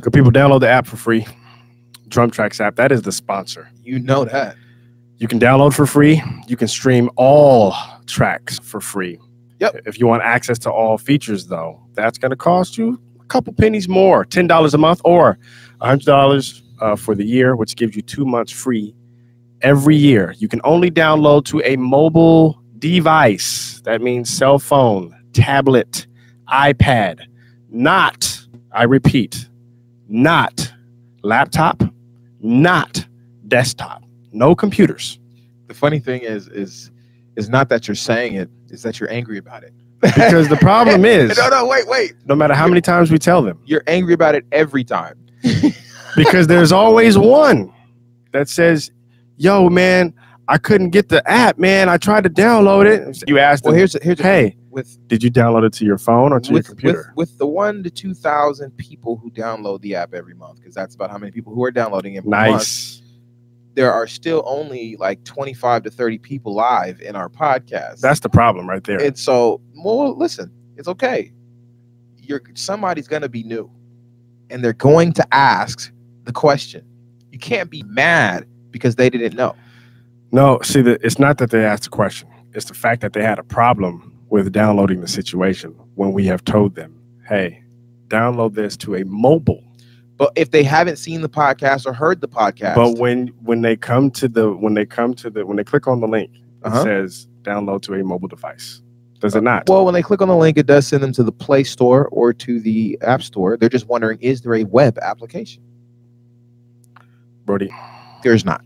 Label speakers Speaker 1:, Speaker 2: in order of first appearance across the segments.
Speaker 1: Could people download the app for free? Drum Tracks app. That is the sponsor.
Speaker 2: You know that.
Speaker 1: You can download for free. You can stream all tracks for free.
Speaker 2: Yep.
Speaker 1: If you want access to all features, though, that's going to cost you a couple pennies more $10 a month or $100 uh, for the year, which gives you two months free every year. You can only download to a mobile device. That means cell phone, tablet, iPad, not, I repeat, not laptop, not desktop, no computers.
Speaker 2: The funny thing is, is, is not that you're saying it; is that you're angry about it.
Speaker 1: Because the problem is,
Speaker 2: no, no, wait, wait.
Speaker 1: no matter how many times we tell them,
Speaker 2: You're angry about it every time.
Speaker 1: because there's always one that says, "Yo, man, I couldn't get the app, man. I tried to download it." You asked
Speaker 2: Well,
Speaker 1: them,
Speaker 2: here's here's
Speaker 1: "Hey,
Speaker 2: with
Speaker 1: did you download it to your phone or to your
Speaker 2: with, with
Speaker 1: computer?"
Speaker 2: with the one to two thousand people who download the app every month, because that's about how many people who are downloading it. per month,
Speaker 1: nice.
Speaker 2: there are still only like twenty five to thirty people live in our podcast.
Speaker 1: That's the problem right there.
Speaker 2: and so well listen it's okay you're somebody's gonna be new and they're going to ask the question you can't be mad because they didn't know
Speaker 1: No, see, the, it's not that they asked the question. It's the fact that they had a problem with downloading the situation when we have told them, hey, download this to a mobile.
Speaker 2: but if they haven't seen the podcast or heard the podcast
Speaker 1: But when when they come to the when they come to the when they click on the link, it
Speaker 2: Uh-huh.
Speaker 1: says download to a mobile device. Does it not?
Speaker 2: well when they click on the link it does send them to the play store or to the app store they're just wondering is there a web application
Speaker 1: Brody,
Speaker 2: there's not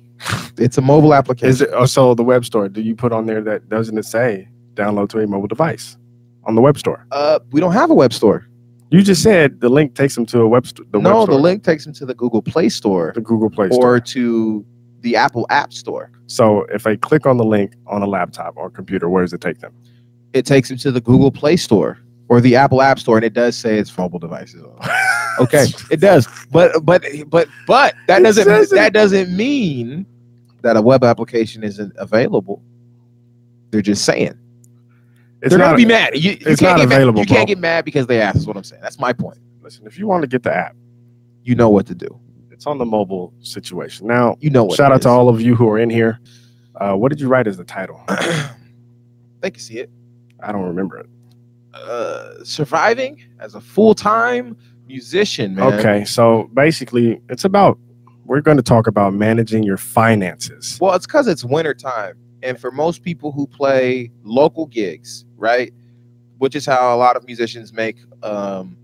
Speaker 2: it's a mobile application
Speaker 1: is it oh, so the web store? Do you put on there that doesn't it say download to a mobile device on the web store?
Speaker 2: uh, we don't have a web store
Speaker 1: You just said the link takes them to a web store. The
Speaker 2: no
Speaker 1: web
Speaker 2: the
Speaker 1: store,
Speaker 2: link takes them to the google play store
Speaker 1: the Google Play Store.
Speaker 2: or to the apple app store
Speaker 1: So if they click on the link on a laptop or computer, where does it take them?
Speaker 2: it takes them to the Google Play Store or the Apple App Store, and it does say it's for mobile devices. Okay, it does, but but but but that
Speaker 1: It
Speaker 2: doesn't
Speaker 1: says it.
Speaker 2: that doesn't mean that a web application isn't available. They're just saying
Speaker 1: It's
Speaker 2: they're gonna be mad. You, you
Speaker 1: it's not
Speaker 2: can't get mad-
Speaker 1: available,
Speaker 2: You
Speaker 1: bro.
Speaker 2: can't get mad because they asked. Is what I'm saying. That's my point.
Speaker 1: Listen, if you want to get the app,
Speaker 2: You know what to do.
Speaker 1: it's on the mobile situation. Now,
Speaker 2: You know what.
Speaker 1: shout
Speaker 2: it
Speaker 1: out to
Speaker 2: is.
Speaker 1: all of you who are in here. Uh, what did you write as the title?
Speaker 2: they can see it.
Speaker 1: I don't remember it.
Speaker 2: Uh, surviving as a full time musician, man.
Speaker 1: Okay, so basically, it's about we're going to talk about managing your finances.
Speaker 2: Well, it's because it's winter time, and for most people who play local gigs, right, which is how a lot of musicians make um,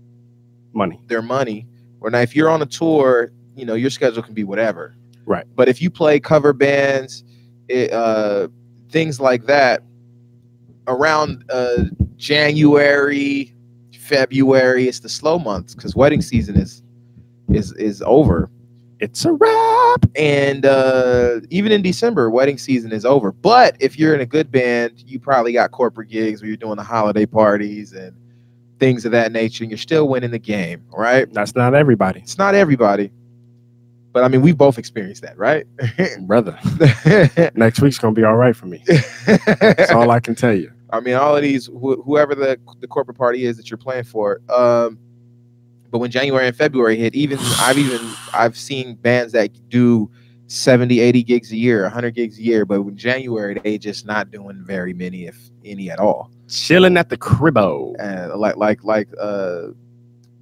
Speaker 1: Money.
Speaker 2: their money. Where now, if you're on a tour, you know your schedule can be whatever.
Speaker 1: Right.
Speaker 2: But if you play cover bands, it, uh, things like that, around uh, January, February, it's the slow months because wedding season is is is over
Speaker 1: It's a wrap.
Speaker 2: and uh, even in December, wedding season is over. But if you're in a good band, you probably got corporate gigs where you're doing the holiday parties and things of that nature, and you're still winning the game, right?
Speaker 1: That's not everybody,
Speaker 2: It's not everybody, but I mean, we both experienced that, right?
Speaker 1: brother. Next week's going to be all right for me. That's all I can tell you.
Speaker 2: I mean, all of these, wh- whoever the the corporate party is that you're playing for. Um, but when January and February hit, even I've even I've seen bands that do 70, 80 gigs a year, 100 gigs a year, but when January they just not doing very many, if any at all.
Speaker 1: Chilling at the cribbo.
Speaker 2: And like like like uh,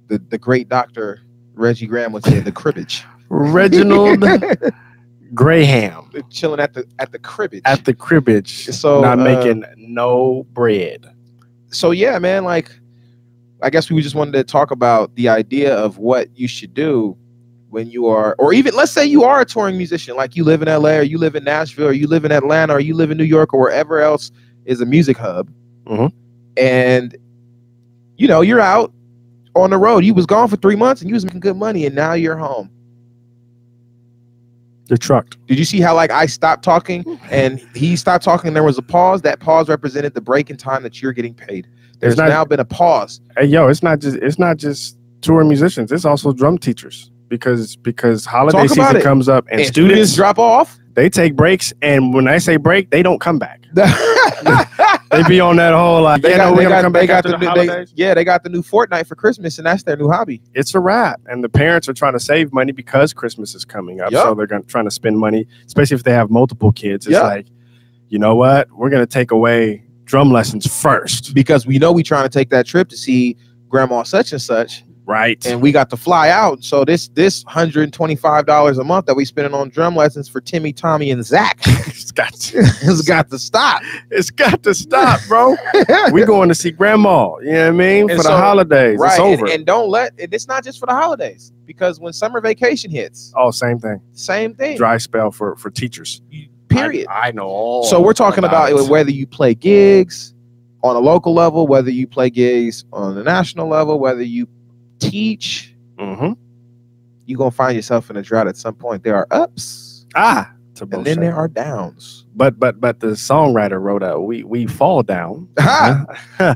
Speaker 2: the the great doctor Reggie Graham would say, the cribbage,
Speaker 1: Reginald Graham
Speaker 2: chilling at the at the cribbage.
Speaker 1: at the cribbage,
Speaker 2: So,
Speaker 1: not
Speaker 2: uh,
Speaker 1: making no bread.
Speaker 2: so yeah, man, like I guess we just wanted to talk about the idea of what you should do when you are or even let's say you are a touring musician, like you live in LA or you live in Nashville or you live in Atlanta or you live in New York or wherever else is a music hub.
Speaker 1: Mhm.
Speaker 2: And you know, you're out on the road. You was gone for three months and you was making good money and now you're home.
Speaker 1: You're trucked.
Speaker 2: Did you see how like I stopped talking and he stopped talking and there was a pause? That pause represented the break in time that you're getting paid. There's
Speaker 1: not-
Speaker 2: now been a pause.
Speaker 1: Hey, yo, it's not just it's not just touring musicians. It's also drum teachers because because holiday
Speaker 2: Talk about
Speaker 1: season
Speaker 2: it.
Speaker 1: comes up and,
Speaker 2: and
Speaker 1: students
Speaker 2: drop off.
Speaker 1: they take breaks and when I say break, they don't come back. They be on that whole like,
Speaker 2: They
Speaker 1: yeah,
Speaker 2: got,
Speaker 1: no,
Speaker 2: they
Speaker 1: we're gonna
Speaker 2: got-
Speaker 1: come
Speaker 2: they
Speaker 1: back
Speaker 2: got
Speaker 1: after
Speaker 2: the
Speaker 1: the,
Speaker 2: new, they,
Speaker 1: holidays.
Speaker 2: yeah, they got the new Fortnite for Christmas, and that's their new hobby.
Speaker 1: it's a wrap, and the parents are trying to save money because Christmas is coming up,
Speaker 2: Yup.
Speaker 1: so they're gonna trying to spend money, especially if they have multiple kids. It's
Speaker 2: Yup.
Speaker 1: like, you know what? We're gonna take away drum lessons first,
Speaker 2: because we know we trying to take that trip to see grandma such and such
Speaker 1: right?
Speaker 2: and we got to fly out so this this $125 a month that we spending on drum lessons for timmy tommy and zach
Speaker 1: it's got
Speaker 2: has got to stop
Speaker 1: it's got to stop, bro. we going to see grandma. You know what I mean?
Speaker 2: And
Speaker 1: For
Speaker 2: so-
Speaker 1: the holidays,
Speaker 2: right
Speaker 1: it's
Speaker 2: and-
Speaker 1: over.
Speaker 2: And, don't let and it's not just for the holidays because when summer vacation hits
Speaker 1: oh, same thing.
Speaker 2: same thing
Speaker 1: Dry spell for for teachers.
Speaker 2: period
Speaker 1: I, I know. all
Speaker 2: so we're talking about
Speaker 1: Oh, it.
Speaker 2: whether you play gigs on a local level whether you play gigs on the national level whether you teach
Speaker 1: Mhm.
Speaker 2: you're gonna find yourself in a drought at some point there are ups
Speaker 1: Ah, to
Speaker 2: and
Speaker 1: bullshit.
Speaker 2: then there are downs.
Speaker 1: but but but the songwriter wrote a we we fall down,
Speaker 2: Ha!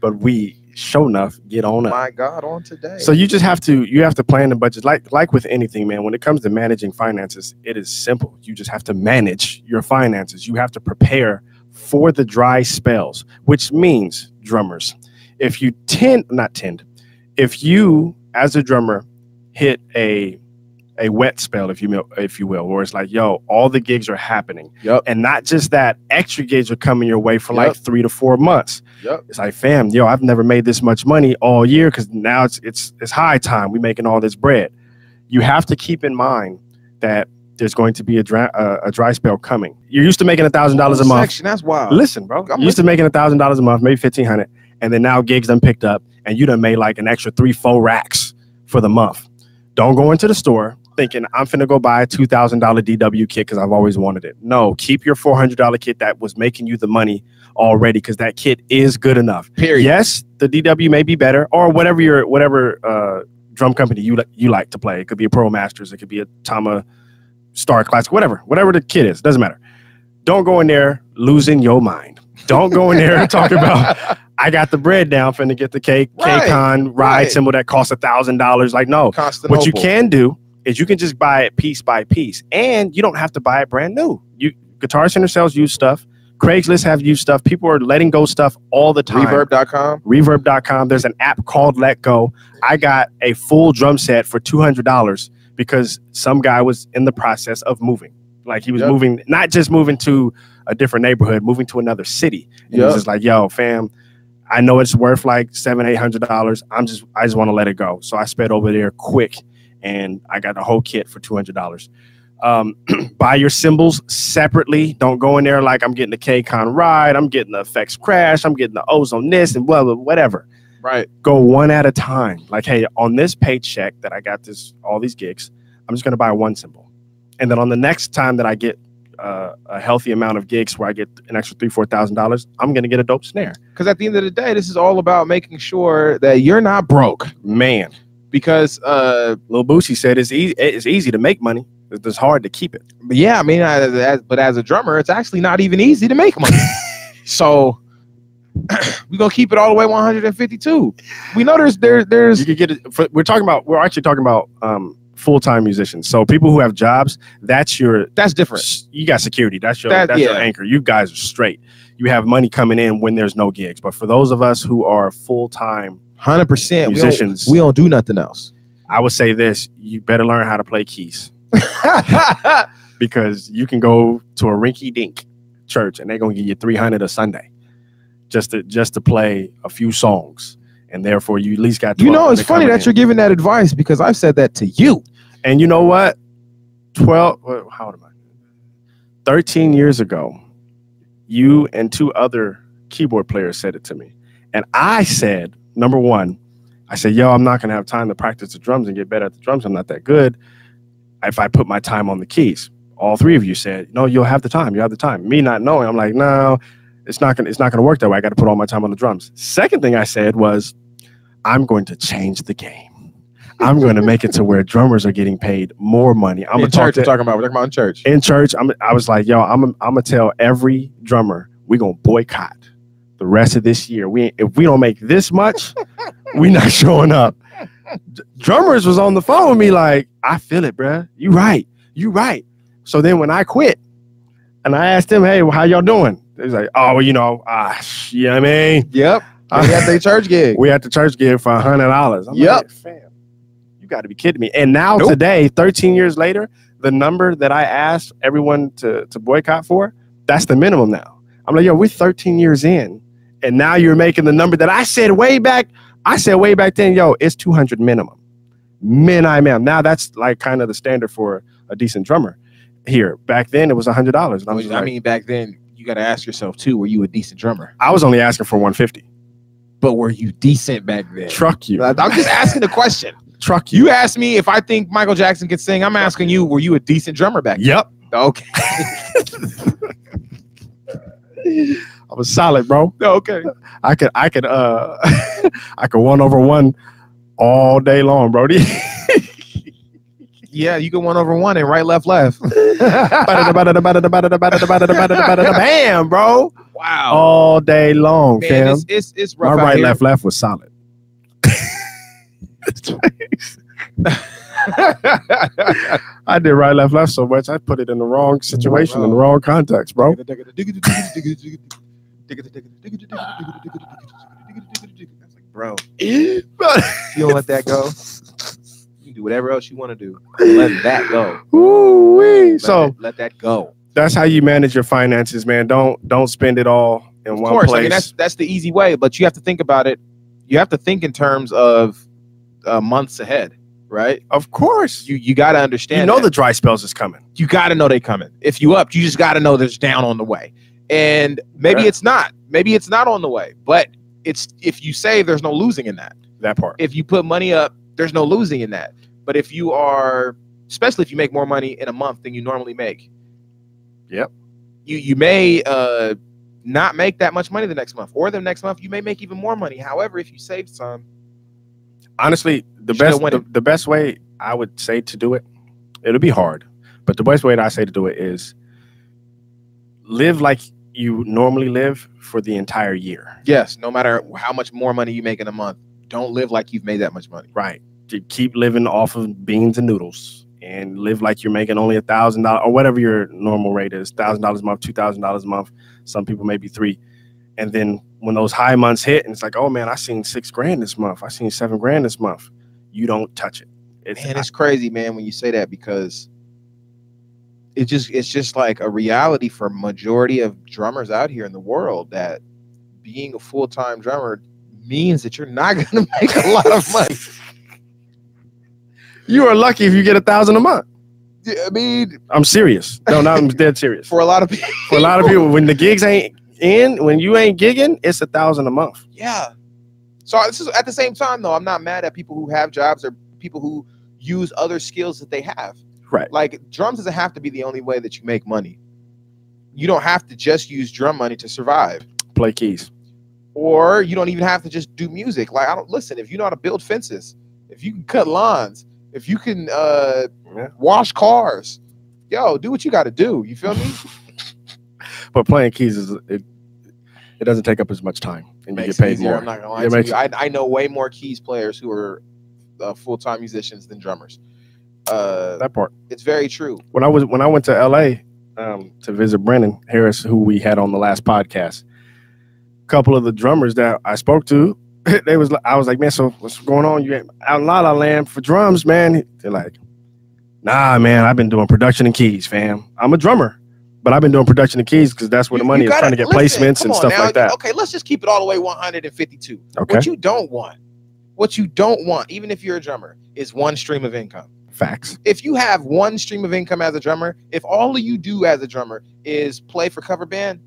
Speaker 1: but we show enough get on up.
Speaker 2: My God, on today.
Speaker 1: So you just have to you have to plan the budget like like with anything, man. When it comes to managing finances, it is simple. You just have to manage your finances. You have to prepare for the dry spells, which means drummers. If you tend not tend, if you as a drummer hit a a wet spell, if you will, if you will, where it's like, yo, all the gigs are happening.
Speaker 2: Yup.
Speaker 1: And not just that, extra gigs are coming your way for like
Speaker 2: Yup.
Speaker 1: three to four months.
Speaker 2: Yup.
Speaker 1: It's like, fam, yo, I've never made this much money all year because now it's it's it's high time. We making all this bread. You have to keep in mind that there's going to be a dry uh, a dry spell coming. You're used to making a thousand dollars a month.
Speaker 2: Section, that's wild.
Speaker 1: Listen, bro,
Speaker 2: I'm
Speaker 1: you used to making a thousand dollars a month, maybe fifteen hundred, and then now gigs done picked up, and you done made like an extra three, four racks for the month. Don't go into the store thinking I'm finna go buy a two thousand dollar DW kit because I've always wanted it. No, keep your four hundred dollar kit that was making you the money already because that kit is good enough.
Speaker 2: Period.
Speaker 1: Yes, the DW may be better, or whatever your whatever uh, drum company you li- you like to play. It could be a Pro Masters, it could be a Tama Star Classic, whatever, whatever the kid is, doesn't matter. Don't go in there losing your mind. Don't go in there and talk about I got the bread down, finna get the K
Speaker 2: Right,
Speaker 1: K-Con ride
Speaker 2: right.
Speaker 1: symbol that costs a thousand dollars. Like no,
Speaker 2: Constantinople.
Speaker 1: what you can do is you can just buy it piece by piece, and you don't have to buy it brand new. You Guitar Center sells used stuff. Craigslist have used stuff. People are letting go stuff all the time
Speaker 2: Reverb.com.
Speaker 1: reverb.com. There's an app called Let Go. I got a full drum set for $200 because some guy was in the process of moving. Like he was
Speaker 2: Yep.
Speaker 1: moving, not just moving to a different neighborhood, moving to another city. And he
Speaker 2: Yep.
Speaker 1: was just like, yo, fam, I know it's worth like seven, eight hundred dollars. I'm just I just want to let it go. So I sped over there quick and I got the whole kit for two hundred dollars. Um, buy your cymbals separately. Don't go in there like I'm getting the K-Con ride, I'm getting the effects crash, I'm getting the ozone this and blah blah whatever.
Speaker 2: Right.
Speaker 1: Go one at a time. Like, hey, on this paycheck that I got this all these gigs, I'm just gonna buy one cymbal. And then on the next time that I get uh, a healthy amount of gigs where I get an extra three, four thousand dollars, I'm gonna get a dope snare.
Speaker 2: Because at the end of the day, this is all about making sure that you're not broke.
Speaker 1: Man.
Speaker 2: Because, uh,
Speaker 1: Lil Boosie said it's easy. It's easy to make money. It's just hard to keep it.
Speaker 2: but yeah, I mean, as, as, but as a drummer, it's actually not even easy to make money. so we're going to keep it all the way 152. We know there's, there,
Speaker 1: You
Speaker 2: there's,
Speaker 1: could get it. For, we're talking about. We're actually talking about um, full time musicians. So people who have jobs. That's your.
Speaker 2: that's different.
Speaker 1: You got security. That's your.
Speaker 2: That-
Speaker 1: that's your
Speaker 2: yeah.
Speaker 1: anchor. You guys are straight. You have money coming in when there's no gigs. But for those of us who are full time
Speaker 2: 100%. We don't,
Speaker 1: musicians,
Speaker 2: we don't do nothing else.
Speaker 1: I would say this: you better learn how to play keys because you can go to a rinky dink church and they're gonna give you three hundred a Sunday just to just to play a few songs. And therefore, you at least got.
Speaker 2: You know,
Speaker 1: 1200
Speaker 2: it's funny
Speaker 1: coming
Speaker 2: that
Speaker 1: in.
Speaker 2: you're giving that advice because I've said that to you.
Speaker 1: And you know what? 12, what- how old am I? 13 years ago, you and two other keyboard players said it to me. And I said, number one, I said, yo, I'm not going to have time to practice the drums and get better at the drums. I'm not that good if I put my time on the keys. All three of you said, no, you'll have the time. You'll have the time. Me not knowing, I'm like, no, it's not going to it's not going to work that way. I got to put all my time on the drums. Second thing I said was, I'm going to change the game. I'm going to make it to where drummers are getting paid more money. I'm
Speaker 2: in
Speaker 1: going to talk
Speaker 2: church.
Speaker 1: to
Speaker 2: We're talking about. We're talking about in church.
Speaker 1: in church, I'm, I was like, yo, I'm, I'm gonna tell every drummer we gonna boycott the rest of this year. We ain't- if we don't make this much, we not showing up. D- drummers was on the phone with me like, I feel it, bruh. You right, you right. So then when I quit, and I asked them, hey, well, how y'all doing? He's like, oh, well, you know, ah, sh- you know what I mean?
Speaker 2: Yep. They had their church gig.
Speaker 1: we at the church gig for a hundred dollars. I'm
Speaker 2: Yep.
Speaker 1: Like, Fam, you got to be kidding me. And now
Speaker 2: Nope.
Speaker 1: today, 13 years later, the number that I asked everyone to to boycott for, that's the minimum now. I'm like, yo, we're 13 years in, and now you're making the number that I said way back. I said way back then, yo, it's 200 minimum. Men, I am. Now that's like kind of the standard for a decent drummer. Here, back then it was a hundred dollars, and I'm
Speaker 2: Which,
Speaker 1: just
Speaker 2: I
Speaker 1: like,
Speaker 2: mean, back then you got to ask yourself too: Were you a decent drummer?
Speaker 1: I was only asking for 150.
Speaker 2: But were you decent back then?
Speaker 1: Truck you,
Speaker 2: I'm just asking a question.
Speaker 1: truck you.
Speaker 2: You asked me if I think Michael Jackson could sing. I'm asking you: Were you a decent drummer back? then?
Speaker 1: Yep.
Speaker 2: Okay.
Speaker 1: I was solid, bro.
Speaker 2: Okay.
Speaker 1: I could, I could, uh, I could one over one all day long, Brody.
Speaker 2: Yeah, you can one over one and right, left, left.
Speaker 1: Bam, bro,
Speaker 2: Wow.
Speaker 1: all day long,
Speaker 2: Oh. Man,
Speaker 1: fam.
Speaker 2: it's, it's it's
Speaker 1: Oh, My
Speaker 2: rough. out
Speaker 1: right,
Speaker 2: here.
Speaker 1: left, left was solid. I did right, left, left so much. I put it in the wrong situation, in the wrong context, bro.
Speaker 2: Bro,
Speaker 1: you
Speaker 2: you don't let that go. You can do whatever else you want to do. Let that go.
Speaker 1: Ooh-wee.
Speaker 2: Let
Speaker 1: So
Speaker 2: that- let that go.
Speaker 1: that's how you manage your finances, man. Don't don't spend it all in
Speaker 2: Of
Speaker 1: one
Speaker 2: course,
Speaker 1: place.
Speaker 2: I mean that's that's the easy way, but you have to think about it. You have to think in terms of uh, months ahead, right?
Speaker 1: of course, you,
Speaker 2: You you got to understand.
Speaker 1: you know
Speaker 2: that.
Speaker 1: the dry spells is coming.
Speaker 2: you got to know they coming. If you up, you just got to know there's down on the way. And maybe
Speaker 1: Yeah.
Speaker 2: it's not. Maybe it's not on the way. But it's if you save, there's no losing in that.
Speaker 1: That part,
Speaker 2: If you put money up, there's no losing in that. But if you are, especially if you make more money in a month than you normally make,
Speaker 1: Yep.
Speaker 2: you you may uh, not make that much money the next month, or the next month you may make even more money. However, if you save some,
Speaker 1: honestly, the
Speaker 2: You still
Speaker 1: best
Speaker 2: win
Speaker 1: the,
Speaker 2: it.
Speaker 1: the best way I would say to do it. It'll be hard, but the best way that I say to do it is live like you normally live for the entire year.
Speaker 2: yes, no matter how much more money you make in a month, don't live like you've made that much money.
Speaker 1: Right, to keep living off of beans and noodles. And live like you're making only a thousand dollars or whatever your normal rate is, thousand dollars a month, two thousand dollars a month. Some people maybe three. And then when those high months hit, and it's like, oh man, I seen six grand this month. I seen seven grand this month. You don't touch it. It's,
Speaker 2: Man, it's crazy, man, when you say that because it just it's just like a reality for majority of drummers out here in the world that being a full time drummer means that you're not gonna make a lot of money.
Speaker 1: you are lucky if you get a thousand a month.
Speaker 2: I mean,
Speaker 1: I'm serious. No, no, I'm dead serious.
Speaker 2: for a lot of people,
Speaker 1: For a lot of people, when the gigs ain't in, when you ain't gigging, it's a thousand a month.
Speaker 2: yeah. So this is at the same time though, I'm not mad at people who have jobs or people who use other skills that they have.
Speaker 1: Right.
Speaker 2: Like drums doesn't have to be the only way that you make money. You don't have to just use drum money to survive.
Speaker 1: Play keys.
Speaker 2: or you don't even have to just do music. Like I don't listen. If you know how to build fences, if you can cut lawns, if you can uh,
Speaker 1: Yeah.
Speaker 2: wash cars, yo, do what you got to do. You feel me?
Speaker 1: But playing keys is it, it doesn't take up as much time and you get
Speaker 2: Makes it
Speaker 1: paid
Speaker 2: easier,
Speaker 1: more.
Speaker 2: I'm not gonna
Speaker 1: It
Speaker 2: lie to
Speaker 1: makes-
Speaker 2: you. I, I know way more keys players who are uh, full time musicians than drummers. Uh,
Speaker 1: that part.
Speaker 2: it's very true.
Speaker 1: When I was when I went to LA um, to visit Brennan Harris, who we had on the last podcast, a couple of the drummers that I spoke to, they was li- I was like, man, so what's going on? You ain't out in La La Land for drums, man? They're like, nah, man, I've been doing production and keys, fam. I'm a drummer, but I've been doing production and keys because that's where the
Speaker 2: You-
Speaker 1: money
Speaker 2: you
Speaker 1: is
Speaker 2: gotta-
Speaker 1: trying to get
Speaker 2: listen,
Speaker 1: placements
Speaker 2: come
Speaker 1: and
Speaker 2: on
Speaker 1: stuff
Speaker 2: now.
Speaker 1: like that.
Speaker 2: Okay, let's just keep it all the way 152.
Speaker 1: Okay,
Speaker 2: What you don't want, what you don't want, even if you're a drummer, is one stream of income.
Speaker 1: facts.
Speaker 2: if you have one stream of income as a drummer, if all you do as a drummer is play for cover band,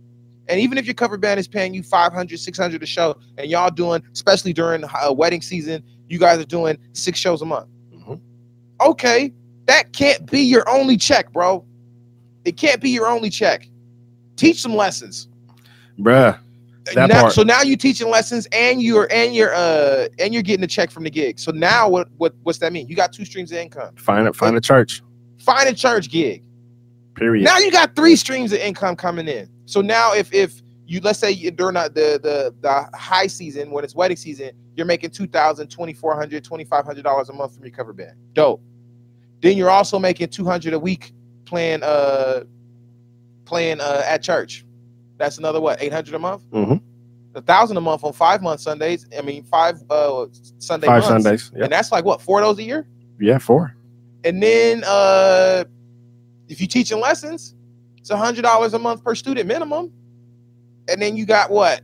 Speaker 2: and even if your cover band is paying you 500, 600 a show, and y'all doing, especially during uh, wedding season, you guys are doing six shows a month.
Speaker 1: Mhm.
Speaker 2: Okay, that can't be your only check, bro. It can't be your only check. Teach some lessons.
Speaker 1: Bruh, That
Speaker 2: Now-
Speaker 1: part.
Speaker 2: So now you're teaching lessons, and you're and you're uh and you're getting a check from the gig. So now what what what's that mean? You got two streams of income.
Speaker 1: find a find a church.
Speaker 2: Find a church gig.
Speaker 1: Period.
Speaker 2: Now you got three streams of income coming in. So now if if you let's say you- during the the the, the high season when it's wedding season, you're making 2000 2400 2500 dollars a month from your cover band. Dope. Then you're also making 200 a week playing uh playing uh at church. That's another what eight hundred a month.
Speaker 1: Mhm.
Speaker 2: A thousand a month on five month Sundays. I mean five uh Sunday
Speaker 1: Five
Speaker 2: months.
Speaker 1: Sundays. Yeah,
Speaker 2: and that's like what four of those a year.
Speaker 1: yeah, four.
Speaker 2: And then uh if you teaching lessons, it's a hundred dollars a month per student minimum. And then you got what?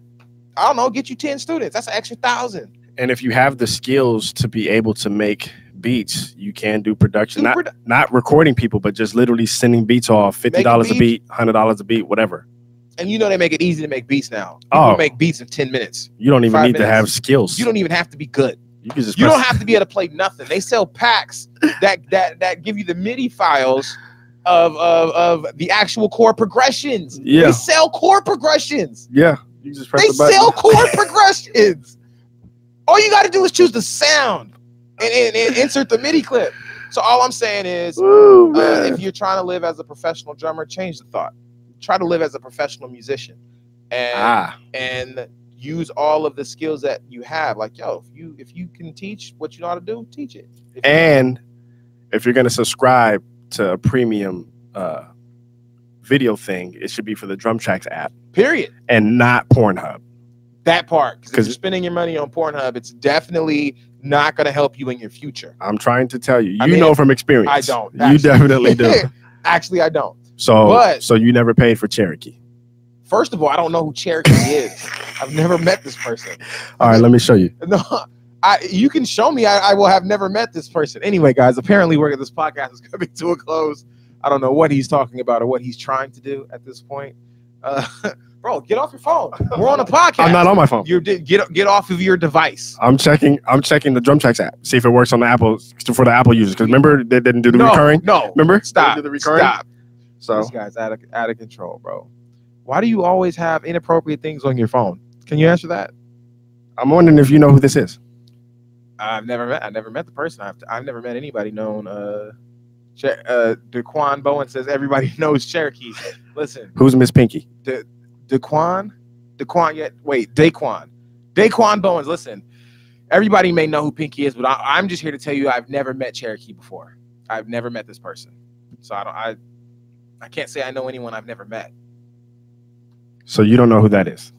Speaker 2: I don't know, get you 10 students. That's an extra thousand.
Speaker 1: And if you have the skills to be able to make beats, you can do production.
Speaker 2: Two
Speaker 1: Not
Speaker 2: produ-
Speaker 1: not recording people, but just literally sending beats off fifty dollars a
Speaker 2: beat.
Speaker 1: beat, hundred dollars a beat, whatever.
Speaker 2: and you know they make it easy to make beats now. People
Speaker 1: Oh.
Speaker 2: make beats in 10 minutes.
Speaker 1: You don't even
Speaker 2: Five
Speaker 1: need to
Speaker 2: minutes.
Speaker 1: have skills.
Speaker 2: You don't even have to be good.
Speaker 1: You can just
Speaker 2: You
Speaker 1: press-
Speaker 2: don't have to be able to play nothing. They sell packs that that that give you the MIDI files of of, of the actual chord progressions.
Speaker 1: Yeah,
Speaker 2: They sell chord progressions.
Speaker 1: yeah. You just press
Speaker 2: they
Speaker 1: the button.
Speaker 2: sell chord progressions. All you got to do is choose the sound and, and, and insert the MIDI clip. So all I'm saying is,
Speaker 1: Woo,
Speaker 2: uh,
Speaker 1: Oh, man.
Speaker 2: if you're trying to live as a professional drummer, change the thought. Try to live as a professional musician, and
Speaker 1: ah,
Speaker 2: and use all of the skills that you have. Like yo, if you if you can teach what you know how to do, teach it. If you-
Speaker 1: and if you're gonna subscribe to a premium uh, video thing, it should be for the Drum Tracks app
Speaker 2: period.
Speaker 1: and not Pornhub.
Speaker 2: That part, because if
Speaker 1: 'Cause-
Speaker 2: you're spending your money on Pornhub, it's definitely not going to help you in your future.
Speaker 1: I'm trying to tell you. You
Speaker 2: I mean,
Speaker 1: know from experience.
Speaker 2: I don't.
Speaker 1: You definitely do.
Speaker 2: actually, I don't.
Speaker 1: So,
Speaker 2: But-
Speaker 1: so you never paid for Cherokee.
Speaker 2: First of all, I don't know who Cherokee is. I've never met this person.
Speaker 1: All right, let me show you.
Speaker 2: No, I you can show me. I, I will have never met this person. Anyway, guys, apparently we're this podcast is coming to a close. I don't know what he's talking about or what he's trying to do at this point. Uh, bro, get off your phone. We're on a podcast.
Speaker 1: I'm not Uh, on my phone.
Speaker 2: You're di- get get off of your device.
Speaker 1: I'm checking. I'm checking the Drum Tracks app. See if it works on the Apple for the Apple users. Because remember, they didn't do the
Speaker 2: no,
Speaker 1: recurring.
Speaker 2: no.
Speaker 1: Remember,
Speaker 2: Stop.
Speaker 1: They did the recurring.
Speaker 2: Stop.
Speaker 1: So
Speaker 2: This guy's out of out of control, bro. Why do you always have inappropriate things on your phone? Can you answer that?
Speaker 1: I'm wondering if you know who this is.
Speaker 2: I've never met. I never met the person. I've, I've never met anybody known. Uh, Cher- uh, Daquan Bowen says everybody knows Cherokee. Listen,
Speaker 1: Who's Miss Pinky?
Speaker 2: Daquan, Daquan. Yet wait, Daquan, Daquan Bowens. Listen, everybody may know who Pinky is, but I, I'm just here to tell you I've never met Cherokee before. I've never met this person, so I don't. I I can't say I know anyone I've never met.
Speaker 1: So you don't know who that is.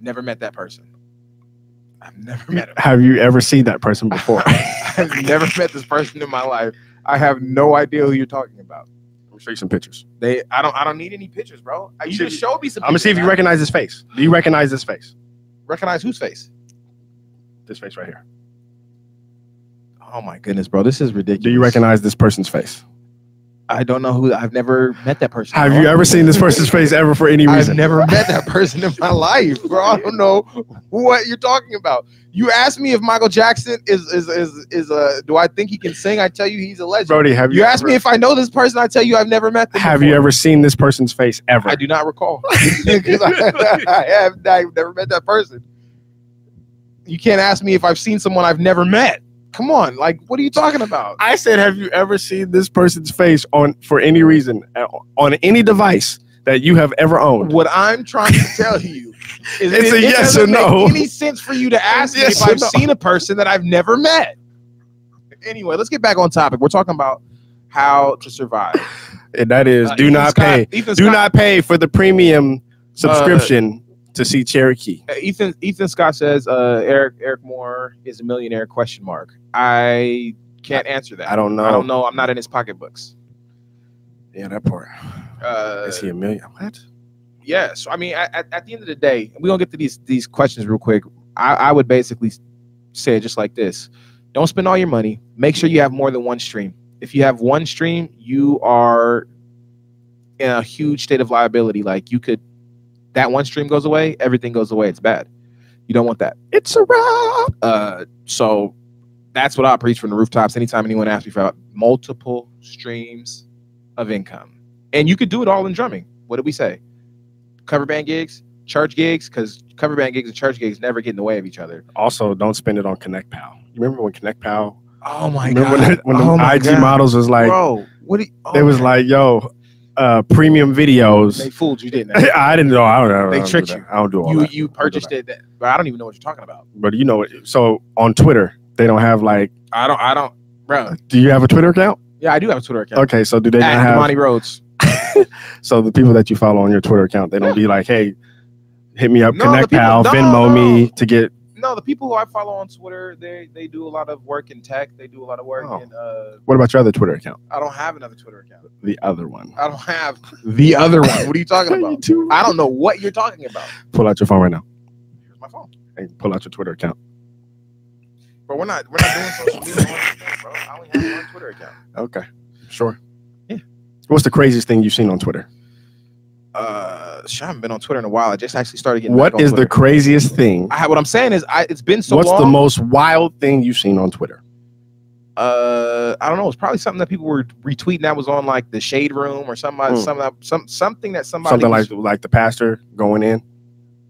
Speaker 2: Never met that person. I've never met him.
Speaker 1: Have you ever seen that person before?
Speaker 2: I've never met this person in my life. I have no idea who you're talking about.
Speaker 1: Let me show you some pictures.
Speaker 2: They, I don't, I don't need any pictures, bro. You
Speaker 1: See if
Speaker 2: just
Speaker 1: you-
Speaker 2: showed me some.
Speaker 1: I'm gonna see if you
Speaker 2: pictures.
Speaker 1: recognize his face. Do you recognize this face?
Speaker 2: recognize whose face.
Speaker 1: This face right here.
Speaker 2: Oh my goodness, bro, this is ridiculous.
Speaker 1: Do you recognize this person's face?
Speaker 2: I don't know who. I've never met that person.
Speaker 1: Have
Speaker 2: bro.
Speaker 1: you ever seen this person's face ever for any
Speaker 2: I've
Speaker 1: reason?
Speaker 2: never met that person in my life, bro. I don't know what you're talking about. You asked me if Michael Jackson is is is is a. Do I think he can sing? I tell you, he's a legend.
Speaker 1: Brody, have you?
Speaker 2: you asked me if I know this person. I tell you, I've never met them.
Speaker 1: Have
Speaker 2: before.
Speaker 1: you ever seen this person's face ever?
Speaker 2: I do not recall 'Cause I, I have I've never met that person. You can't ask me if I've seen someone I've never met. Come on, like what are you talking about?
Speaker 1: I said, have you ever seen this person's face on for any reason uh, on any device that you have ever owned?
Speaker 2: What I'm trying to tell you is
Speaker 1: It's
Speaker 2: it,
Speaker 1: a
Speaker 2: it
Speaker 1: yes
Speaker 2: doesn't
Speaker 1: or no.
Speaker 2: Make any sense for you to ask me
Speaker 1: Yes
Speaker 2: if
Speaker 1: or
Speaker 2: I've
Speaker 1: no.
Speaker 2: seen a person that I've never met? Anyway, let's get back on topic. We're talking about how to survive.
Speaker 1: And that is,
Speaker 2: Uh,
Speaker 1: do
Speaker 2: Ethan
Speaker 1: not
Speaker 2: Scott-
Speaker 1: pay.
Speaker 2: Ethan
Speaker 1: Do
Speaker 2: Scott-
Speaker 1: not pay for the premium subscription to see Cherokee.
Speaker 2: Uh, Ethan Ethan Scott says uh, Eric Eric Moore is a millionaire question mark. I can't answer that.
Speaker 1: I don't know.
Speaker 2: I don't know. I'm not in his pocketbooks.
Speaker 1: Yeah, that part.
Speaker 2: Uh,
Speaker 1: is he a million? What?
Speaker 2: yeah. So I mean, at, at- at the end of the day, we're gonna get to these these questions real quick. I, I would basically say it just like this: Don't spend all your money. Make sure you have more than one stream. If you have one stream, you are in a huge state of liability. Like you could, that one stream goes away, everything goes away. It's bad. You don't want that.
Speaker 1: It's a wrap.
Speaker 2: Uh, so that's what I preach from the rooftops. Anytime anyone asks me for multiple streams of income, and you could do it all in drumming. What did we say? Cover band gigs, church gigs, because cover band gigs and church gigs never get in the way of each other.
Speaker 1: Also, don't spend it on Connect Pal. You remember when Connect Pal?
Speaker 2: Oh my
Speaker 1: remember when, the- when the IG models was like,
Speaker 2: bro, what? do you- oh
Speaker 1: it was
Speaker 2: my-
Speaker 1: like, yo, uh, premium
Speaker 2: they
Speaker 1: videos.
Speaker 2: fooled you, didn't they?
Speaker 1: I didn't know. I don't know.
Speaker 2: They
Speaker 1: I don't do
Speaker 2: tricked
Speaker 1: that.
Speaker 2: you.
Speaker 1: I don't do all
Speaker 2: you
Speaker 1: that.
Speaker 2: you purchased it, that, but I don't even know what you're talking about.
Speaker 1: But you know, it- so on Twitter, they don't have like.
Speaker 2: I don't, I don't, bro.
Speaker 1: Do you have a Twitter account?
Speaker 2: Yeah, I do have a Twitter account.
Speaker 1: Okay, so do they not
Speaker 2: At
Speaker 1: have?
Speaker 2: Monty Rhodes.
Speaker 1: So the people that you follow on your Twitter account, they don't be like, hey, hit me up,
Speaker 2: No,
Speaker 1: connect
Speaker 2: the
Speaker 1: pal,
Speaker 2: people- no,
Speaker 1: Venmo
Speaker 2: no.
Speaker 1: me to get.
Speaker 2: No, the people who I follow on Twitter, they they do a lot of work in tech. They do a lot of work
Speaker 1: Oh.
Speaker 2: in. Uh,
Speaker 1: What about your other Twitter account?
Speaker 2: I don't have another Twitter account.
Speaker 1: The other one.
Speaker 2: I don't have the other one. What are you talking about? I don't know what you're talking about.
Speaker 1: Pull out your phone right now
Speaker 2: Here's my phone.
Speaker 1: and pull out your Twitter account.
Speaker 2: But we're not we're not doing social media, on this thing, bro. I only have one Twitter account.
Speaker 1: Okay, sure.
Speaker 2: Yeah.
Speaker 1: What's the craziest thing you've seen on Twitter?
Speaker 2: Uh, shit, I haven't been on Twitter in a while. I just actually started getting.
Speaker 1: What
Speaker 2: back on
Speaker 1: is the
Speaker 2: Twitter.
Speaker 1: craziest thing?
Speaker 2: I have what I'm saying is I it's been so
Speaker 1: What's
Speaker 2: long.
Speaker 1: the most wild thing you've seen on Twitter?
Speaker 2: uh, I don't know. It's probably something that people were retweeting that was on like the shade room or somebody,
Speaker 1: Mm.
Speaker 2: some some something that somebody
Speaker 1: Something
Speaker 2: was-
Speaker 1: like like the pastor going in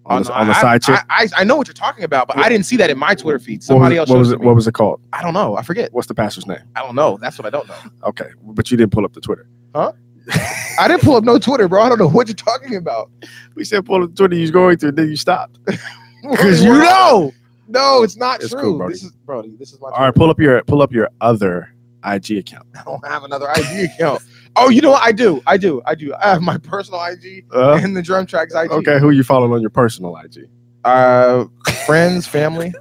Speaker 1: on,
Speaker 2: Oh,
Speaker 1: the,
Speaker 2: no,
Speaker 1: on the
Speaker 2: I-
Speaker 1: side chick.
Speaker 2: I, I, I know what you're talking about, but I didn't see that in my Twitter feed.
Speaker 1: what
Speaker 2: Somebody
Speaker 1: was, it- what
Speaker 2: else.
Speaker 1: was
Speaker 2: showed
Speaker 1: it?
Speaker 2: me.
Speaker 1: What was it called?
Speaker 2: I don't know. I forget.
Speaker 1: What's the pastor's name?
Speaker 2: I don't know. That's what I don't know.
Speaker 1: Okay, but you didn't pull up the Twitter.
Speaker 2: I didn't pull up no Twitter, bro. I don't know what you're talking about.
Speaker 1: We said pull up the Twitter. You was going to, then you stopped.
Speaker 2: Because you know. No, it's not
Speaker 1: It's
Speaker 2: true.
Speaker 1: cool, Brody.
Speaker 2: this is Brody. This is my.
Speaker 1: All right, pull up your pull up your other IG account.
Speaker 2: I don't have another IG account. Oh, you know what? I do. I do. I do. I have my personal IG
Speaker 1: Uh,
Speaker 2: and the drum tracks IG.
Speaker 1: okay, who you following on your personal IG?
Speaker 2: Uh, friends, family.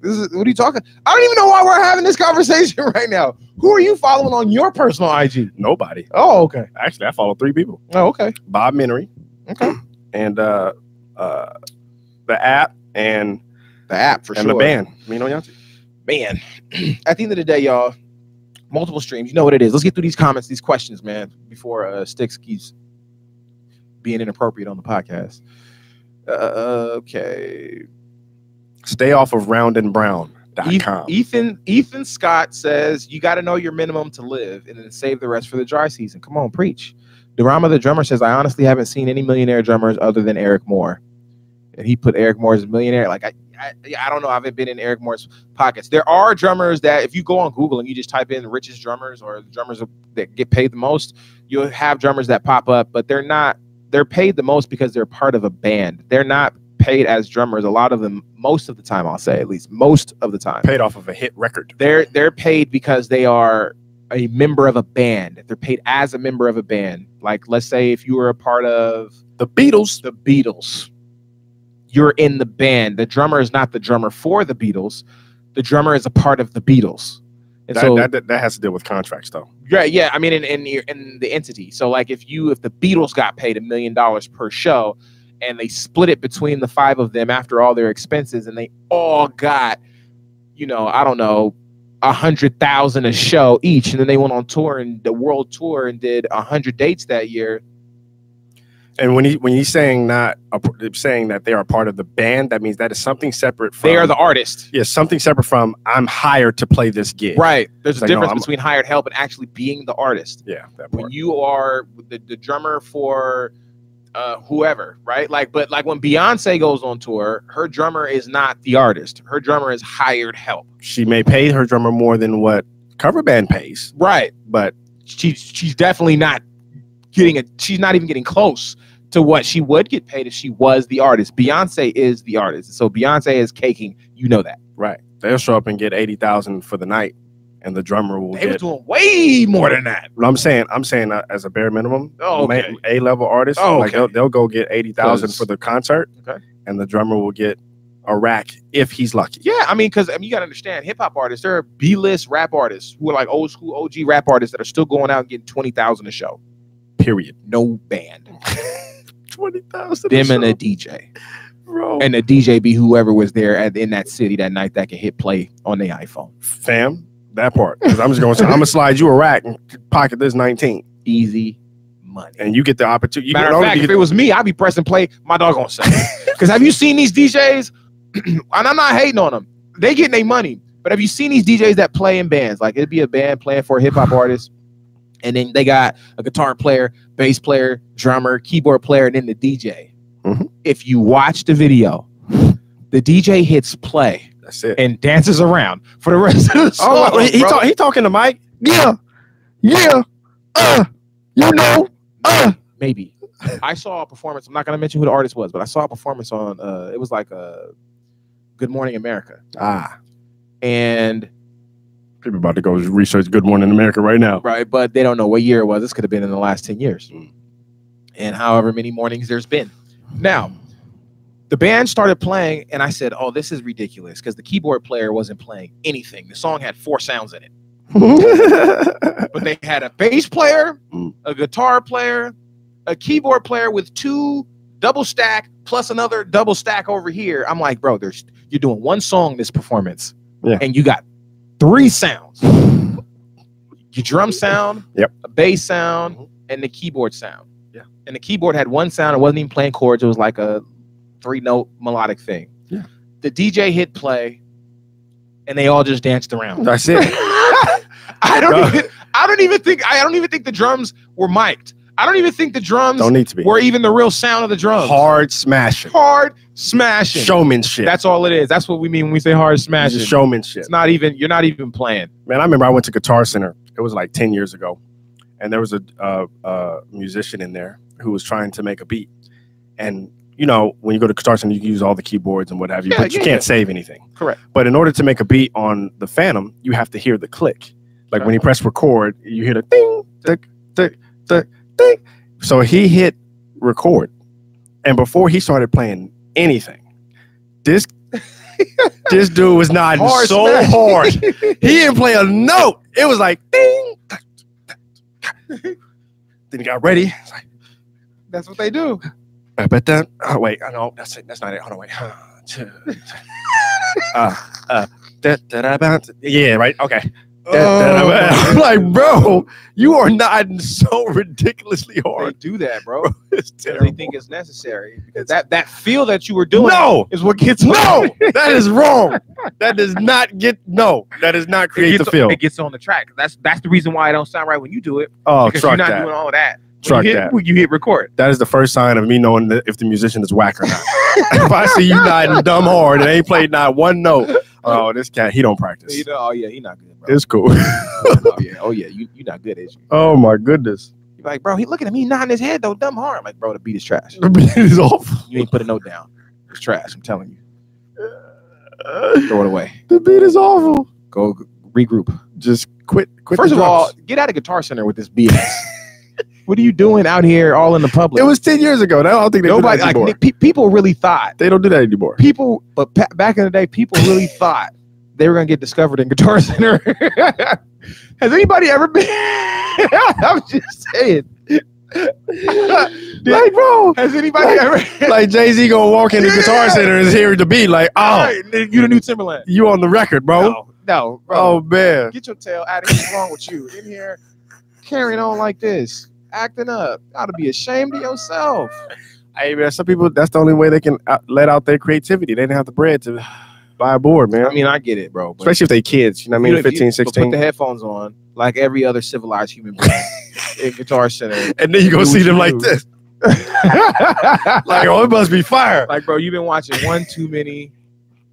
Speaker 2: This is what are you talking? I don't even know why we're having this conversation right now. Who are you following on your personal IG?
Speaker 1: Nobody.
Speaker 2: Oh, okay.
Speaker 1: Actually, I follow three people:
Speaker 2: Oh, okay.
Speaker 1: Bob Minery,
Speaker 2: Okay.
Speaker 1: and uh, uh, the app, and
Speaker 2: The app for
Speaker 1: and
Speaker 2: sure.
Speaker 1: the band. Mino Yanti.
Speaker 2: man, at the end of the day, y'all, multiple streams. You know what it is. Let's get through these comments, these questions, man, before uh, Sticks keeps being inappropriate on the podcast. Uh, okay.
Speaker 1: Stay off of roundandbrown.com.
Speaker 2: Eth- Ethan Ethan Scott says you got to know your minimum to live and then save the rest for the dry season. Come on, preach. Durama the drummer says I honestly haven't seen any millionaire drummers other than Eric Moore, and he put Eric Moore as a millionaire. Like I, I, I don't know. I haven't been in Eric Moore's pockets. There are drummers that if you go on Google and you just type in richest drummers or drummers that get paid the most, you'll have drummers that pop up, but they're not. They're paid the most because they're part of a band. They're not paid as drummers. A lot of them, most of the time, I'll say at least most of the time
Speaker 1: Paid off of a hit record.
Speaker 2: they're they're paid because they are a member of a band. They're paid as a member of a band. Like let's say if you were a part of
Speaker 1: The Beatles.
Speaker 2: the Beatles, you're in the band. The drummer is not the drummer for the Beatles. The drummer is a part of the Beatles. And
Speaker 1: That,
Speaker 2: so
Speaker 1: that, that, that has to deal with contracts, though.
Speaker 2: yeah, yeah. I mean, in in, your, in the entity. So like, if you if the Beatles got paid a million dollars per show, and they split it between the five of them after all their expenses, and they all got, you know, I don't know, a hundred thousand a show each, and then they went on tour and the world tour and did a hundred dates that year.
Speaker 1: And when he when he's saying not a, saying that they are part of the band, that means that is something separate from
Speaker 2: They are the artist,
Speaker 1: yeah something separate from I'm hired to play this gig.
Speaker 2: right? There's
Speaker 1: It's
Speaker 2: a
Speaker 1: like, no,
Speaker 2: difference
Speaker 1: I'm-
Speaker 2: between hired help and actually being the artist.
Speaker 1: Yeah, that
Speaker 2: when
Speaker 1: part.
Speaker 2: you are the, the drummer for uh, whoever, right? Like, but like when Beyonce goes on tour, her drummer is not the artist. Her drummer is hired help.
Speaker 1: She may pay her drummer more than what cover band pays,
Speaker 2: Right.
Speaker 1: but
Speaker 2: She's she's definitely not getting a. She's not even getting close to what she would get paid if she was the artist. Beyonce is the artist, so Beyonce is caking. You know that
Speaker 1: right they'll show up and get eighty thousand for the night, and the drummer will
Speaker 2: they was
Speaker 1: get.
Speaker 2: doing way more than that.
Speaker 1: Well, I'm saying I'm saying uh, as a bare minimum,
Speaker 2: Oh, okay.
Speaker 1: a level artist,
Speaker 2: Oh,
Speaker 1: like
Speaker 2: okay.
Speaker 1: they'll, they'll go get eighty thousand
Speaker 2: Cause-
Speaker 1: for the concert,
Speaker 2: Okay.
Speaker 1: and the drummer will get a rack if he's lucky.
Speaker 2: Yeah, I mean, because I mean, you gotta understand, hip hop artists, there are B list rap artists who are like old school OG rap artists that are still going out and getting twenty thousand a show.
Speaker 1: Period.
Speaker 2: no band.
Speaker 1: Twenty thousand.
Speaker 2: Them and a DJ.
Speaker 1: bro.
Speaker 2: And the DJ be whoever was there at, in that city that night that can hit play on the iPhone.
Speaker 1: fam. That part. 'Cause I'm just going. to I'm gonna slide you a rack and pocket this 19,
Speaker 2: Easy money.
Speaker 1: and you get the opportunity. You
Speaker 2: Matter
Speaker 1: get,
Speaker 2: of fact,
Speaker 1: you
Speaker 2: if
Speaker 1: get-
Speaker 2: it was me, I'd be pressing play my dog on set. Because have you seen these DJs? and I'm not hating on them. They getting their money. But have you seen these DJs that play in bands? Like it'd be a band playing for a hip hop artist, and then they got a guitar player, bass player, drummer, keyboard player, and then the DJ.
Speaker 1: Mhm.
Speaker 2: If you watch the video, the DJ hits play
Speaker 1: that's it.
Speaker 2: and dances around for the rest of the song.
Speaker 1: Oh, he, he,
Speaker 2: bro.
Speaker 1: talk, he talking to Mike.
Speaker 2: yeah, yeah, uh, you know,
Speaker 1: uh.
Speaker 2: maybe. I saw a performance. I'm not gonna mention who the artist was, but I saw a performance on. Uh, it was like uh Good Morning America,
Speaker 1: Ah,
Speaker 2: and
Speaker 1: people about to go research Good Morning America right now.
Speaker 2: right, but they don't know what year it was. This could have been in the last ten years,
Speaker 1: Mm.
Speaker 2: and however many mornings there's been. Now, the band started playing, and I said, "Oh, this is ridiculous," because the keyboard player wasn't playing anything. The song had four sounds in it, but they had a bass player,
Speaker 1: Mm.
Speaker 2: a guitar player, a keyboard player with two double stack plus another double stack over here. I'm like, bro, there's you're doing one song this performance,
Speaker 1: Yeah.
Speaker 2: and you got three sounds: your drum sound,
Speaker 1: Yep.
Speaker 2: a bass sound,
Speaker 1: Mhm.
Speaker 2: and the keyboard sound.
Speaker 1: Yeah.
Speaker 2: And the keyboard had one sound. It wasn't even playing chords. It was like a three note melodic thing.
Speaker 1: Yeah.
Speaker 2: The DJ hit play, and they all just danced around.
Speaker 1: That's it.
Speaker 2: I don't
Speaker 1: No.
Speaker 2: even I don't even think I don't even think the drums were mic'd. I don't even think the drums
Speaker 1: Don't need to be
Speaker 2: were even the real sound of the drums.
Speaker 1: hard smashing,
Speaker 2: Hard smashing.
Speaker 1: showmanship.
Speaker 2: That's all it is. That's what we mean when we say hard smashing.
Speaker 1: It's showmanship.
Speaker 2: It's not even you're not even playing.
Speaker 1: Man, I remember I went to Guitar Center. It was like ten years ago, and there was a uh, uh, musician in there who was trying to make a beat. And you know, when you go to Guitar Center, you can use all the keyboards and what have you,
Speaker 2: Yeah,
Speaker 1: but you
Speaker 2: yeah,
Speaker 1: can't
Speaker 2: yeah.
Speaker 1: save anything.
Speaker 2: Correct.
Speaker 1: But in order to make a beat on the Phantom, you have to hear the click. Like when you press record, you hear the ding, tick, tick, tick, ding. So he hit record, and before he started playing anything, this this dude was nodding
Speaker 2: Hard
Speaker 1: so
Speaker 2: smash.
Speaker 1: hard. He didn't play a note. It was like ding. then he got ready. It's like,
Speaker 2: That's what they do.
Speaker 1: I bet that. Oh wait, I know that's it. That's not it. Hold on, wait. uh, uh, da, da, da, da, da. yeah, right. Okay. Da, da, da, da.
Speaker 2: Oh.
Speaker 1: I'm like, bro, you are nodding so ridiculously
Speaker 2: They
Speaker 1: hard.
Speaker 2: do that, bro.
Speaker 1: It's
Speaker 2: Because
Speaker 1: terrible.
Speaker 2: They think it's necessary. Because that, that feel that you were doing
Speaker 1: no,
Speaker 2: is what gets
Speaker 1: no, that is wrong. That does not get no. That does not create
Speaker 2: it
Speaker 1: the
Speaker 2: gets,
Speaker 1: feel.
Speaker 2: It gets on the track. That's that's the reason why it don't sound right when you do it.
Speaker 1: Oh,
Speaker 2: because you're
Speaker 1: truck
Speaker 2: not
Speaker 1: that.
Speaker 2: doing all that. When
Speaker 1: Truck
Speaker 2: you hit,
Speaker 1: that.
Speaker 2: When you hit record.
Speaker 1: That is the first sign of me knowing that if the musician is whack or not. if I see you nodding dumb hard and ain't played not one note, oh, this cat, he don't practice.
Speaker 2: You know, oh yeah, he not good, bro.
Speaker 1: It's cool.
Speaker 2: oh yeah, oh yeah, you you not good, is you?
Speaker 1: Oh my goodness.
Speaker 2: You're like, bro, he looking at me nodding his head though, dumb hard. I'm like, bro, the beat is trash.
Speaker 1: The beat is awful.
Speaker 2: You ain't put a note down. It's trash. I'm telling you,
Speaker 1: The
Speaker 2: throw it away.
Speaker 1: beat is awful.
Speaker 2: Go g- regroup.
Speaker 1: Just quit. quit
Speaker 2: First
Speaker 1: the
Speaker 2: of all,
Speaker 1: drums.
Speaker 2: get out of Guitar Center with this BS. what are you doing out here, all in the public?
Speaker 1: it was 10 years ago. Now I don't think they
Speaker 2: nobody
Speaker 1: do that
Speaker 2: like
Speaker 1: anymore.
Speaker 2: pe- people really thought
Speaker 1: they don't do that anymore.
Speaker 2: people, but pa- back in the day, people really thought they were gonna get discovered in Guitar Center. Has anybody ever been? I'm just saying.
Speaker 1: like, bro.
Speaker 2: Has anybody ever?
Speaker 1: Like Jay Z gonna walk into
Speaker 2: Yeah.
Speaker 1: Guitar Center and hear the beat, like, oh,
Speaker 2: Alright, you the new Timberland?
Speaker 1: you on the record, bro.
Speaker 2: No, no, bro.
Speaker 1: Oh man.
Speaker 2: Get your tail out of here. What's wrong with you? In here, carrying on like this, acting up. Ought to be ashamed of yourself.
Speaker 1: Hey man, some people that's the only way they can out- let out their creativity. They didn't have the bread to buy a board, man.
Speaker 2: I mean, I get it, bro. but-
Speaker 1: Especially if they kids, you know what I mean,
Speaker 2: If you- if you-
Speaker 1: 15,
Speaker 2: but
Speaker 1: 16.
Speaker 2: Put the headphones on, like every other civilized human being in Guitar Center.
Speaker 1: and then you
Speaker 2: do
Speaker 1: gonna see
Speaker 2: what
Speaker 1: them
Speaker 2: you
Speaker 1: like
Speaker 2: do.
Speaker 1: this. Like, oh, it must be fire.
Speaker 2: like, bro, you've been watching one too many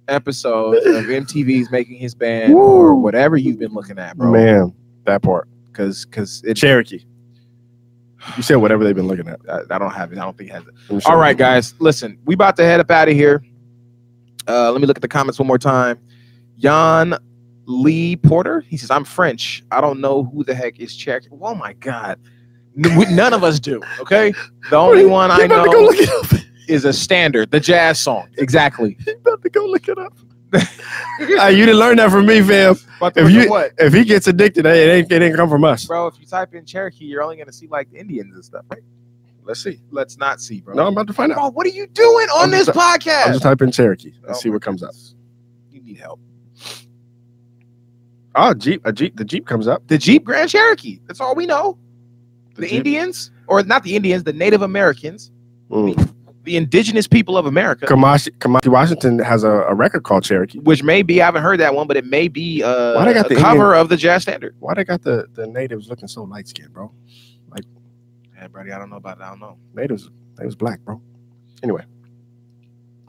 Speaker 2: episodes of MTV's making his band or
Speaker 1: Woo.
Speaker 2: whatever you've been looking at, bro.
Speaker 1: Man, that part.
Speaker 2: Because because it,
Speaker 1: Cherokee. You said whatever they've been looking at.
Speaker 2: I, I don't have it. I don't think it has it.
Speaker 1: I'm sure.
Speaker 2: All right, guys, listen, we about to head up out of here. Uh, let me look at the comments one more time. Jan Lee Porter. He says, "I'm French. I don't know who the heck is Czech. Oh my god." N- we- None of us do. Okay, the only
Speaker 1: Wait,
Speaker 2: one
Speaker 1: you
Speaker 2: I
Speaker 1: about to go
Speaker 2: know
Speaker 1: look it up.
Speaker 2: is a standard, the jazz song. Exactly.
Speaker 1: You about to go look it up. Ah, you didn't learn that from me, fam.
Speaker 2: But
Speaker 1: If you-
Speaker 2: what?
Speaker 1: If he gets addicted, it ain't, it ain't come from us.
Speaker 2: bro. If you type in Cherokee, you're only gonna see like Indians and stuff, right?
Speaker 1: Let's see.
Speaker 2: Let's not see, bro.
Speaker 1: No, I'm about to find out.
Speaker 2: bro, what are you doing on
Speaker 1: I'm
Speaker 2: this
Speaker 1: just-
Speaker 2: podcast?
Speaker 1: I'll just type in Cherokee and
Speaker 2: Oh
Speaker 1: see
Speaker 2: my
Speaker 1: what comes up.
Speaker 2: you need help.
Speaker 1: Oh, Jeep, a Jeep, the Jeep comes up.
Speaker 2: The Jeep Grand Cherokee. That's all we know. The,
Speaker 1: Jeep-
Speaker 2: Indians, or not the Indians, the Native Americans,
Speaker 1: Mm.
Speaker 2: the indigenous people of America,
Speaker 1: Kamashi, Kamashi Washington has a, a record called Cherokee.
Speaker 2: which may be I haven't heard that one, but it may be uh,
Speaker 1: Why they got
Speaker 2: a
Speaker 1: the
Speaker 2: cover of the jazz standard.
Speaker 1: Why they got the, the natives looking so light skinned, bro?
Speaker 2: Yeah, buddy, I don't know about that. I don't know.
Speaker 1: Natives, they was black, bro. Anyway.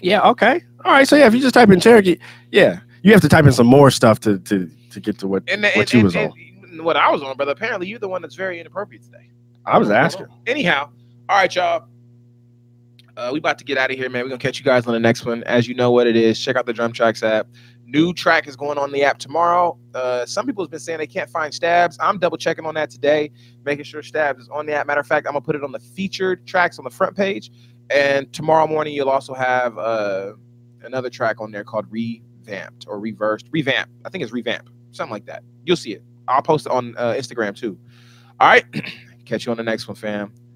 Speaker 1: Yeah. Okay. All right. So yeah, if you just type in Cherokee, yeah, you have to type in some more stuff to to to get to what
Speaker 2: And, and,
Speaker 1: What you
Speaker 2: and-
Speaker 1: was on.
Speaker 2: and what I was on, brother. Apparently, you're the one that's very inappropriate today.
Speaker 1: I was asking.
Speaker 2: Anyhow, all right, y'all. Uh, we about to get out of here, man. We're gonna catch you guys on the next one. As you know what it is, check out the Drum Tracks app. New track is going on the app tomorrow. Uh, some people have been saying they can't find Stabs. I'm double checking on that today, making sure Stabs is on the app. Matter of fact, I'm gonna put it on the featured tracks on the front page, And tomorrow morning, you'll also have uh, another track on there called Revamped or Reversed. Revamp. I think it's Revamp, something like that. You'll see it. I'll post it on uh, Instagram too. All right. Catch you on the next one, fam.